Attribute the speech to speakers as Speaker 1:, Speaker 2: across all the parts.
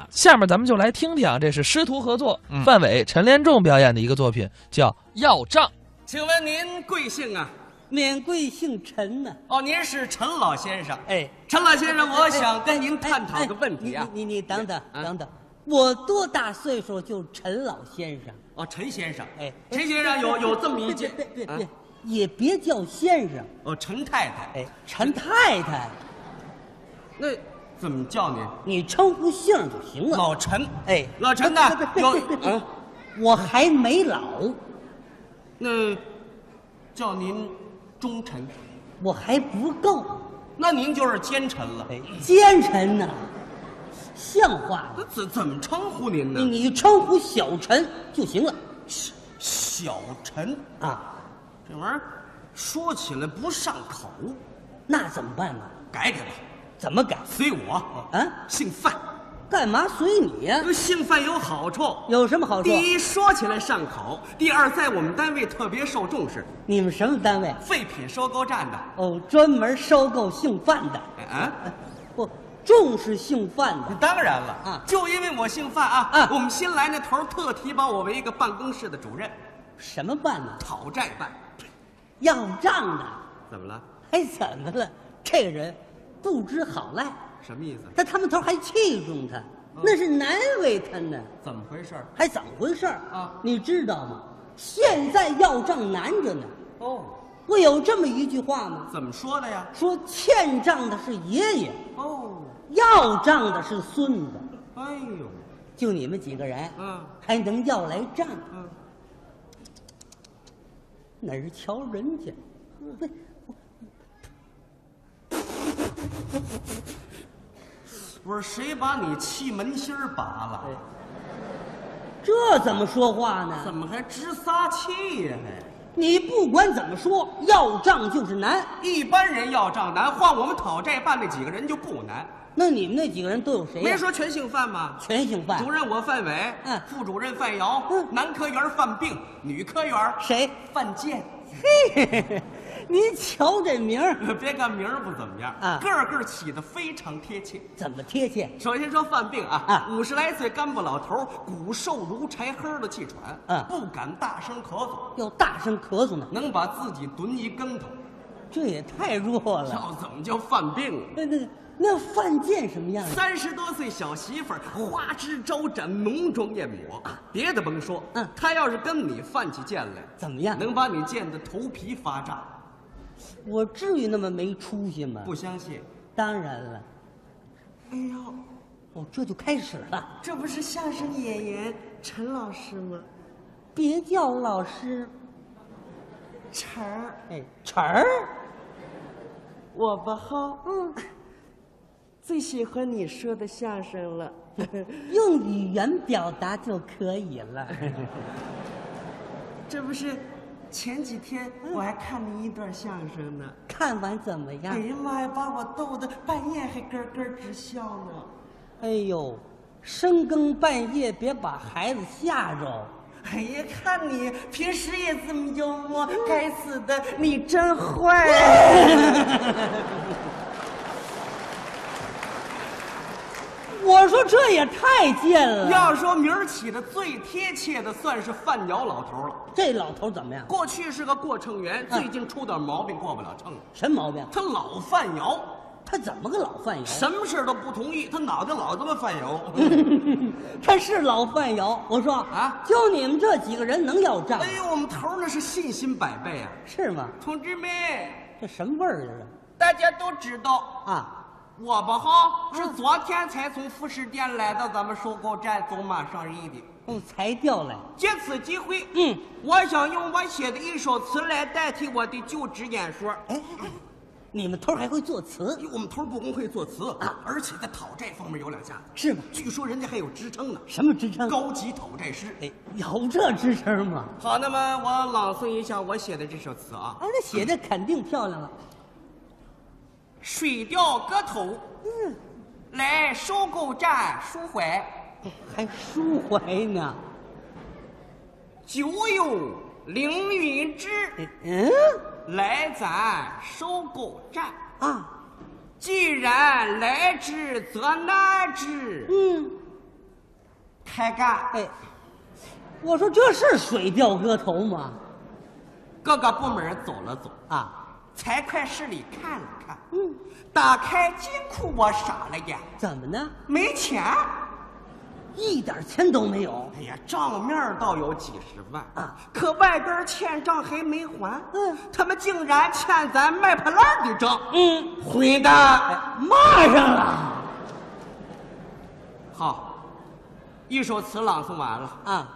Speaker 1: 啊下面咱们就来听听啊，这是师徒合作，
Speaker 2: 嗯
Speaker 1: 范伟、陈连仲表演的一个作品，叫《要账》。
Speaker 3: 请问您贵姓啊？
Speaker 4: 免贵姓陈呢、
Speaker 3: 哦，您是陈老先生。
Speaker 4: 哎，
Speaker 3: 陈老先生，我想跟您探讨个问题啊
Speaker 4: 哎哎。你你你等等
Speaker 3: 啊
Speaker 4: 等等，我多大岁数就陈老先生？啊
Speaker 3: 哦，陈先生，
Speaker 4: 哎，
Speaker 3: 陈先生有有这么一
Speaker 4: 别
Speaker 3: 件，
Speaker 4: 别别
Speaker 3: 啊
Speaker 4: 别，也别叫先生，
Speaker 3: 哦，陈太太，
Speaker 4: 哎，陈太太，
Speaker 3: 那怎么叫您？
Speaker 4: 你称呼姓儿就行了。
Speaker 3: 老陈，
Speaker 4: 哎，
Speaker 3: 老陈呢
Speaker 4: 别？别
Speaker 3: 有
Speaker 4: 别别别
Speaker 3: 啊，
Speaker 4: 我还没老，
Speaker 3: 那叫您忠臣，
Speaker 4: 我还不够，
Speaker 3: 那您就是奸臣了。
Speaker 4: 哎，奸臣呐、像话吗
Speaker 3: 那？怎怎么称呼您
Speaker 4: 你
Speaker 3: 呢？
Speaker 4: 你称呼小陈就行了
Speaker 3: 小陈，
Speaker 4: 啊，
Speaker 3: 这玩意儿说起来不上口，
Speaker 4: 那怎么办呢？
Speaker 3: 改改吧，
Speaker 4: 怎么改？
Speaker 3: 随我
Speaker 4: 啊
Speaker 3: 姓范。呃
Speaker 4: 干嘛随你呀、
Speaker 3: 姓范有好处，
Speaker 4: 有什么好处？
Speaker 3: 第一说起来上口，第二在我们单位特别受重视，
Speaker 4: 你们什么单位？
Speaker 3: 废品收购站的，
Speaker 4: 哦，专门收购姓范的，
Speaker 3: 哎啊，
Speaker 4: 不重视姓范的。
Speaker 3: 当然了
Speaker 4: 啊
Speaker 3: 就因为我姓范啊，
Speaker 4: 啊
Speaker 3: 我们新来那头儿特提拔我为一个办公室的主任，
Speaker 4: 什么办呢？
Speaker 3: 讨债办，
Speaker 4: 要账的，
Speaker 3: 怎么了？
Speaker 4: 还怎么了？这个人不知好赖，
Speaker 3: 什么意思？
Speaker 4: 他他们头还器重他，
Speaker 3: 嗯
Speaker 4: 那是难为他呢。
Speaker 3: 怎么回事儿？
Speaker 4: 还怎么回事儿
Speaker 3: 啊
Speaker 4: 你知道吗？现在要账难着呢。
Speaker 3: 哦，
Speaker 4: 不有这么一句话吗？
Speaker 3: 怎么说的呀？
Speaker 4: 说欠账的是爷爷，
Speaker 3: 哦，
Speaker 4: 要账的是孙子。
Speaker 3: 哎呦，
Speaker 4: 就你们几个人，
Speaker 3: 嗯
Speaker 4: 还能要来账？
Speaker 3: 嗯，
Speaker 4: 哪儿瞧人家？不
Speaker 3: 不是谁把你气门芯儿拔了？
Speaker 4: 这怎么说话呢？
Speaker 3: 怎么还直撒气呀、还？
Speaker 4: 你不管怎么说，要账就是难。
Speaker 3: 一般人要账难，换我们讨债办那几个人就不难。
Speaker 4: 那你们那几个人都有谁呀、
Speaker 3: 没说全姓范吗？
Speaker 4: 全姓范
Speaker 3: 主，任我范伟，
Speaker 4: 嗯
Speaker 3: 副主任范瑶，
Speaker 4: 嗯
Speaker 3: 男科员范病，女科员
Speaker 4: 谁？
Speaker 3: 范建。
Speaker 4: 嘿， 您瞧这名儿
Speaker 3: 别看名儿不怎么样，
Speaker 4: 啊
Speaker 3: 个个起的非常贴切。
Speaker 4: 怎么贴切
Speaker 3: 首先说范病啊
Speaker 4: 啊，
Speaker 3: 五十、来岁干部老头儿，骨瘦如柴，呵的气喘，
Speaker 4: 嗯
Speaker 3: 不敢大声咳嗽，
Speaker 4: 要大声咳嗽呢？
Speaker 3: 能把自己蹲一跟头，
Speaker 4: 这也太弱了。
Speaker 3: 要怎么叫犯病啊？
Speaker 4: 那那那范建什么样啊？
Speaker 3: 三十多岁小媳妇儿，花枝招展，浓妆艳抹，别的甭说，
Speaker 4: 啊嗯
Speaker 3: 她要是跟你犯起贱来，
Speaker 4: 怎么样？
Speaker 3: 能把你贱得头皮发炸。
Speaker 4: 我至于那么没出息吗？
Speaker 3: 不，相信？
Speaker 4: 当然了。
Speaker 3: 哎呦，
Speaker 4: 哦，这就开始了。
Speaker 3: 这不是相声演员陈老师吗？
Speaker 4: 别叫老师，
Speaker 3: 陈儿，
Speaker 4: 哎，晨儿。
Speaker 5: 我吧哈，嗯，最喜欢你说的相声了。
Speaker 4: 用语言表达就可以 了。
Speaker 5: 这不是前几天我还看您一段相声呢，
Speaker 4: 看完怎么
Speaker 5: 哎
Speaker 4: 样？
Speaker 5: 呀妈呀，把我逗得半夜还咯咯直笑呢。
Speaker 4: 哎呦，深更半夜别把孩子吓着。
Speaker 5: 哎呀，看你平时也这么幽默，该死的，你真坏！
Speaker 4: 我说这也太贱了。
Speaker 3: 要说名儿起的最贴切的，算是范瑶老头了。
Speaker 4: 这老头怎么样？
Speaker 3: 过去是个过秤员，
Speaker 4: 嗯
Speaker 3: 最近出点毛病，过不了秤了。
Speaker 4: 什么毛病？
Speaker 3: 他老犯摇，
Speaker 4: 他怎么个老啊犯摇？
Speaker 3: 什么事儿都不同意，他脑袋老这么犯摇。
Speaker 4: 嗯他是老犯摇。我说
Speaker 3: 啊
Speaker 4: 就你们这几个人能要账吗啊
Speaker 3: 哎呦，我们头儿那是信心百倍啊！
Speaker 4: 是吗？
Speaker 3: 同志们，
Speaker 4: 这什么味儿啊？
Speaker 3: 大家都知道，
Speaker 4: 这啊，
Speaker 3: 我吧哈是昨天才从副食店来到咱们收购站走马上任的。
Speaker 4: 哦，才调来。
Speaker 3: 借此机会，
Speaker 4: 嗯，
Speaker 3: 我想用我写的一首词来代替我的就职演说。哎，
Speaker 4: 你们头儿还会作词
Speaker 3: 我们头儿不光会作词啊，而且在讨债方面有两下子。
Speaker 4: 是吗？
Speaker 3: 据说人家还有职称呢，
Speaker 4: 什么支撑？
Speaker 3: 高级讨债师。
Speaker 4: 哎，有这支撑吗？
Speaker 3: 好，那么我朗诵一下我写的这首词啊。
Speaker 4: 啊，那写的肯定漂亮了。
Speaker 3: 水调歌头，
Speaker 4: 嗯，
Speaker 3: 来收购站抒怀，
Speaker 4: 还抒怀呢。
Speaker 3: 久有凌云志，
Speaker 4: 嗯
Speaker 3: 来咱收购站。
Speaker 4: 啊，
Speaker 3: 既然来之，则难之。
Speaker 4: 嗯，
Speaker 3: 还敢？
Speaker 4: 哎，我说这是水调歌头吗？
Speaker 3: 各个部门走了走，
Speaker 4: 啊，
Speaker 3: 财会室里看了看，嗯，打开金库，我傻了眼，
Speaker 4: 怎么呢？
Speaker 3: 没钱。
Speaker 4: 一点钱都没有。
Speaker 3: 哎呀，账面倒有几十万
Speaker 4: 啊，
Speaker 3: 可外边欠账还没还。
Speaker 4: 嗯
Speaker 3: 他们竟然欠咱卖破烂的账。
Speaker 4: 嗯，
Speaker 3: 回哎的
Speaker 4: 骂上了
Speaker 3: 好，一首词朗诵完了，
Speaker 4: 啊！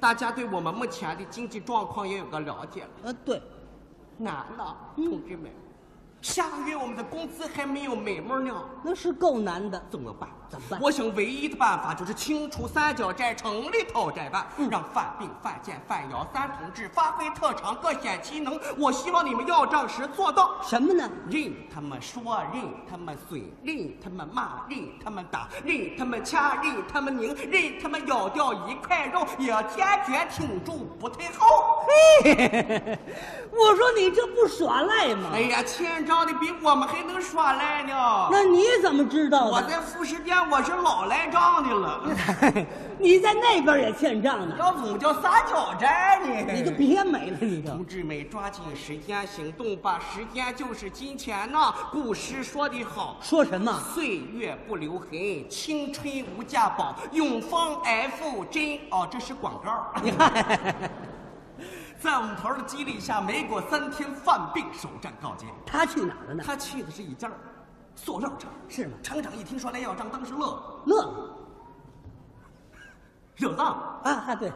Speaker 3: 大家对我们目前的经济状况也有个了解了。
Speaker 4: 呃，对，
Speaker 3: 难了，同志们，下个月我们的工资还没有眉目呢，
Speaker 4: 那是够难的。
Speaker 3: 怎么办？
Speaker 4: 怎么办
Speaker 3: 我想唯一的办法就是清除三角债、城里讨债办，让犯病、犯贱、犯谣三同志发挥特长，各显其能。我希望你们要账时做到。
Speaker 4: 什么呢？
Speaker 3: 任他们说，任他们嘴，任他们骂，任他们打，任他们掐，任他们拧，任他们咬掉一块肉，也坚决挺住不退后。
Speaker 4: 我说你这不耍赖吗
Speaker 3: 哎？呀，欠账的比我们还能耍赖呢！
Speaker 4: 那你怎么知道
Speaker 3: 我
Speaker 4: 的？
Speaker 3: 在副食店我是老赖账的 了，
Speaker 4: 你在那边也欠账呢，
Speaker 3: 要怎么叫撒脚债呢？
Speaker 4: 你就别美了，你就
Speaker 3: 同志们，抓紧时间行动吧！时间就是金钱呐、古诗说得好，
Speaker 4: 说什么？
Speaker 3: 岁月不留痕，青春无价宝，永芳 F 真哦，这是广 告。在我们头儿的激励下，没过三天，犯病首战告捷。
Speaker 4: 他去哪儿了呢？
Speaker 3: 他去的是一家儿塑料厂，
Speaker 4: 是吗
Speaker 3: 厂长一听说来要账，当时乐了，
Speaker 4: 乐了
Speaker 3: 惹脏，
Speaker 4: 啊啊！对，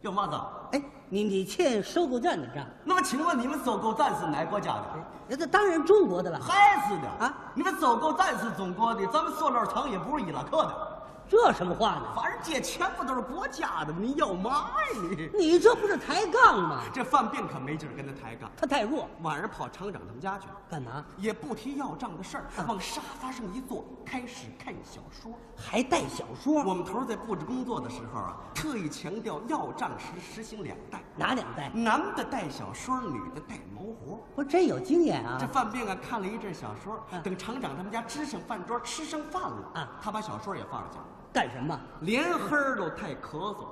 Speaker 3: 要骂脏。
Speaker 4: 哎，你你欠收购站的账，
Speaker 3: 那么请问你们收购站是哪国家的？
Speaker 4: 那这当然中国的了，
Speaker 3: 还是的
Speaker 4: 哎啊！
Speaker 3: 你们收购站是中国的，咱们塑料厂也不是伊拉克的，
Speaker 4: 这什么话呢？
Speaker 3: 反正这全部都是国家的，你要嘛呀你？
Speaker 4: 你这不是抬杠吗？
Speaker 3: 这犯病可没劲儿跟他抬杠，
Speaker 4: 他太弱，
Speaker 3: 晚上跑厂长他们家去了，
Speaker 4: 干嘛？
Speaker 3: 也不提要账的事儿，往沙发上一坐，开始看小说。
Speaker 4: 还带小说？
Speaker 3: 我们头儿在布置工作的时候啊，特意强调要账时实行两代，
Speaker 4: 哪两代？
Speaker 3: 男的带小说，女的带毛活。
Speaker 4: 我真有经验
Speaker 3: 这
Speaker 4: 啊！
Speaker 3: 犯病啊，看了一阵小说
Speaker 4: 啊，
Speaker 3: 等厂长他们家支上饭桌，吃上饭了
Speaker 4: 啊
Speaker 3: 他把小说也放下了，
Speaker 4: 干什么？
Speaker 3: 连黑儿都太咳嗽。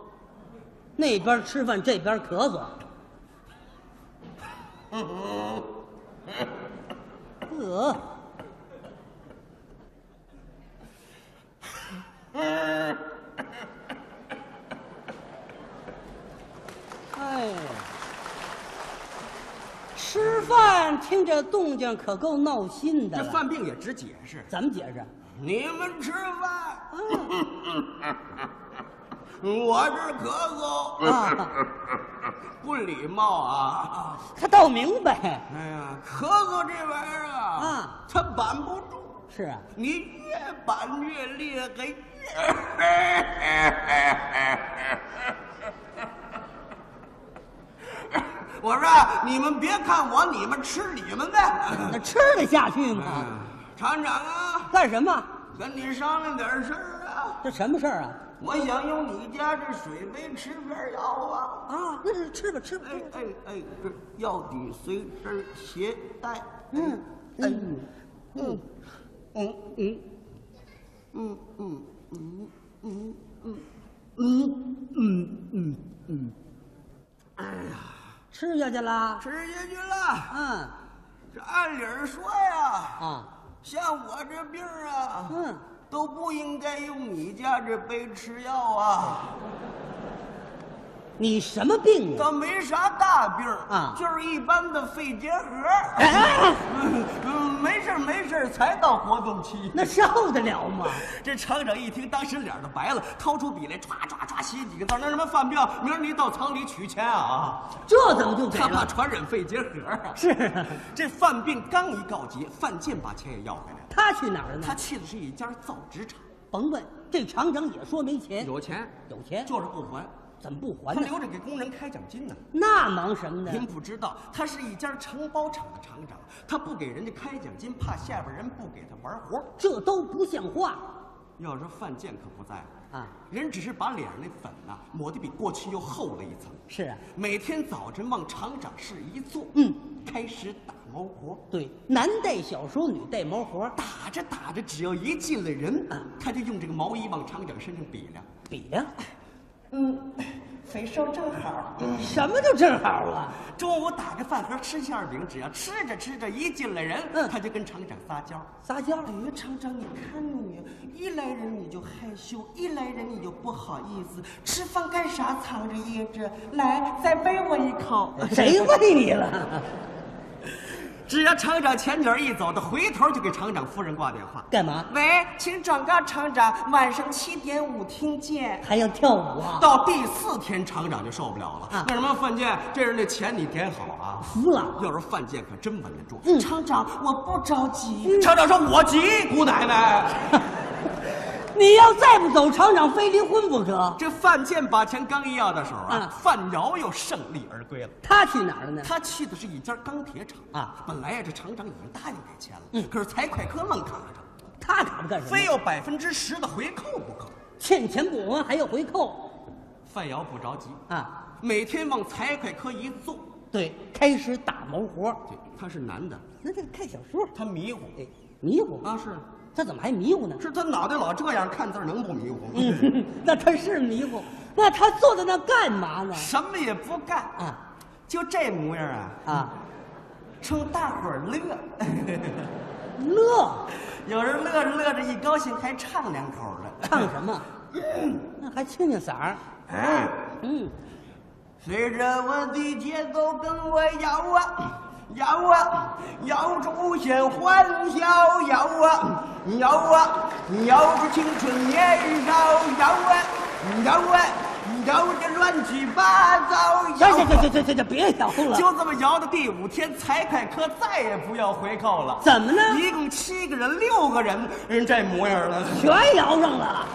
Speaker 4: 那边吃饭，这边咳嗽。呃，哎呦，吃饭听这动静可够闹心的
Speaker 3: 这
Speaker 4: 了。
Speaker 3: 犯病也直解释，
Speaker 4: 怎么解释？
Speaker 3: 你们吃饭，
Speaker 4: 嗯
Speaker 3: 我这咳嗽，
Speaker 4: 啊，
Speaker 3: 不礼貌啊！
Speaker 4: 他倒明白。
Speaker 3: 哎呀，咳嗽这玩意儿啊
Speaker 4: 啊，
Speaker 3: 它板不住。
Speaker 4: 是啊，
Speaker 3: 你越板越厉害，越 我说你们别看我，你们吃你们的。
Speaker 4: 那吃得下去吗？
Speaker 3: 厂长啊，
Speaker 4: 干什么？
Speaker 3: 跟你商量点事儿啊，
Speaker 4: 这什么事儿啊？
Speaker 3: 我想用你家这水杯吃片药啊。
Speaker 4: 啊，那是吃吧吃吧
Speaker 3: 哎
Speaker 4: 吃吧。
Speaker 3: 哎哎，这药得随身携带。
Speaker 4: 嗯嗯
Speaker 3: 嗯嗯嗯嗯嗯。
Speaker 4: 嗯嗯吃下去啦。
Speaker 3: 吃下去了。
Speaker 4: 嗯
Speaker 3: 这按理儿说呀，
Speaker 4: 啊
Speaker 3: 像我这病儿啊，
Speaker 4: 嗯，
Speaker 3: 都不应该用你家这杯吃药啊。
Speaker 4: 哎你什么病啊？
Speaker 3: 倒没啥大病儿
Speaker 4: 啊
Speaker 3: 就是一般的肺结核。
Speaker 4: 哎，
Speaker 3: 嗯嗯，没事儿没事儿，才到活动期。
Speaker 4: 那受得了吗？
Speaker 3: 这厂长一听，当时脸儿都白了，掏出笔来，唰唰唰写几个字儿，让他们犯病，明儿你到厂里取钱啊。
Speaker 4: 这怎么就给
Speaker 3: 他怕
Speaker 4: 了？
Speaker 3: 传染肺结核啊。
Speaker 4: 是啊
Speaker 3: 这犯病刚一告急，犯贱把钱也要回来了。
Speaker 4: 他去哪儿了呢
Speaker 3: 他？去的是一家造纸厂，
Speaker 4: 甭问，这厂长也说没钱，
Speaker 3: 有钱，
Speaker 4: 有钱
Speaker 3: 就是不还，
Speaker 4: 怎么不
Speaker 3: 他
Speaker 4: 还呢？
Speaker 3: 留着给工人开奖金呢。
Speaker 4: 那忙什么
Speaker 3: 您
Speaker 4: 呢？
Speaker 3: 不知道，他是一家承包厂的厂长，他不给人家开奖金，怕下边人不给他玩活。
Speaker 4: 这都不像话。
Speaker 3: 要是犯贱可不在乎
Speaker 4: 啊，
Speaker 3: 人只是把脸上那粉呐、抹得比过去又厚了一层。
Speaker 4: 是啊，
Speaker 3: 每天早晨往厂长室一坐，
Speaker 4: 嗯，
Speaker 3: 开始打猫活。
Speaker 4: 对，男带小手，女带毛活儿，
Speaker 3: 打着打着，只要一进了人，
Speaker 4: 嗯
Speaker 3: 他就用这个毛衣往厂长身上比量。
Speaker 4: 比量，
Speaker 3: 嗯，肥瘦正好。
Speaker 5: 嗯
Speaker 4: 什么就正好啊？
Speaker 3: 中午打开饭盒吃馅儿饼，只要吃着吃着一进了人，
Speaker 4: 嗯
Speaker 3: 他就跟厂长撒娇。
Speaker 4: 撒娇，
Speaker 3: 哎呀，厂长，你看你，一来人你就害羞，一来人你就不好意思，吃饭干啥藏着掖着？来，再喂我一口。
Speaker 4: 谁喂你了？
Speaker 3: 只要厂长前脚一走，他回头就给厂长夫人挂电话。
Speaker 4: 干嘛？
Speaker 3: 喂，请转告厂长，晚上七点五听见。
Speaker 4: 还要跳舞啊？
Speaker 3: 到第四天，厂长就受不了了。
Speaker 4: 啊
Speaker 3: 那什么范建，这是那钱你点好啊。
Speaker 4: 服 了，
Speaker 3: 要是范建可真稳得住。
Speaker 4: 嗯
Speaker 3: 厂长，我不着急。厂长说：“我急，姑奶奶。
Speaker 4: 你要再不走，厂长非离婚不可”。
Speaker 3: 这范建把钱刚一要到手啊，
Speaker 4: 啊
Speaker 3: 范瑶又胜利而归了。
Speaker 4: 他去哪儿了呢？
Speaker 3: 他去的是一家钢铁厂
Speaker 4: 啊嗯
Speaker 3: 本来呀、这厂长已经答应给钱了，可是财会科愣卡着，
Speaker 4: 他卡着干什么
Speaker 3: 非？要百分之十的回扣不可。
Speaker 4: 欠钱不还还要回扣
Speaker 3: 范瑶不着急，
Speaker 4: 啊？
Speaker 3: 每天往财会科一坐，
Speaker 4: 对，开始打毛活儿。
Speaker 3: 这他是男的，
Speaker 4: 那这个看小说，
Speaker 3: 他迷糊
Speaker 4: 哎，迷糊
Speaker 3: 啊，是
Speaker 4: 他怎么还迷糊呢？
Speaker 3: 是他脑袋老这样看字儿能不迷糊吗？
Speaker 4: 嗯，那他是迷糊，那他坐在那干嘛呢？
Speaker 3: 什么也不干，
Speaker 4: 啊
Speaker 3: 就这模样啊，
Speaker 4: 啊，
Speaker 3: 冲大伙儿乐。
Speaker 4: 乐
Speaker 3: 有人乐着乐着一高兴还唱两口呢。
Speaker 4: 唱什么？那还清清嗓儿。嗯，
Speaker 3: 啊随着我的节奏跟我摇啊摇啊，摇出显欢笑，摇啊摇啊，摇出青春年少，摇啊摇啊，摇的乱七八糟，摇啊
Speaker 4: 行行行行行行，别摇了。
Speaker 3: 就这么摇到第五天，财会科再也不要回扣了。
Speaker 4: 怎么呢？
Speaker 3: 一共七个人，六个人，人这模样了。
Speaker 4: 全摇上了。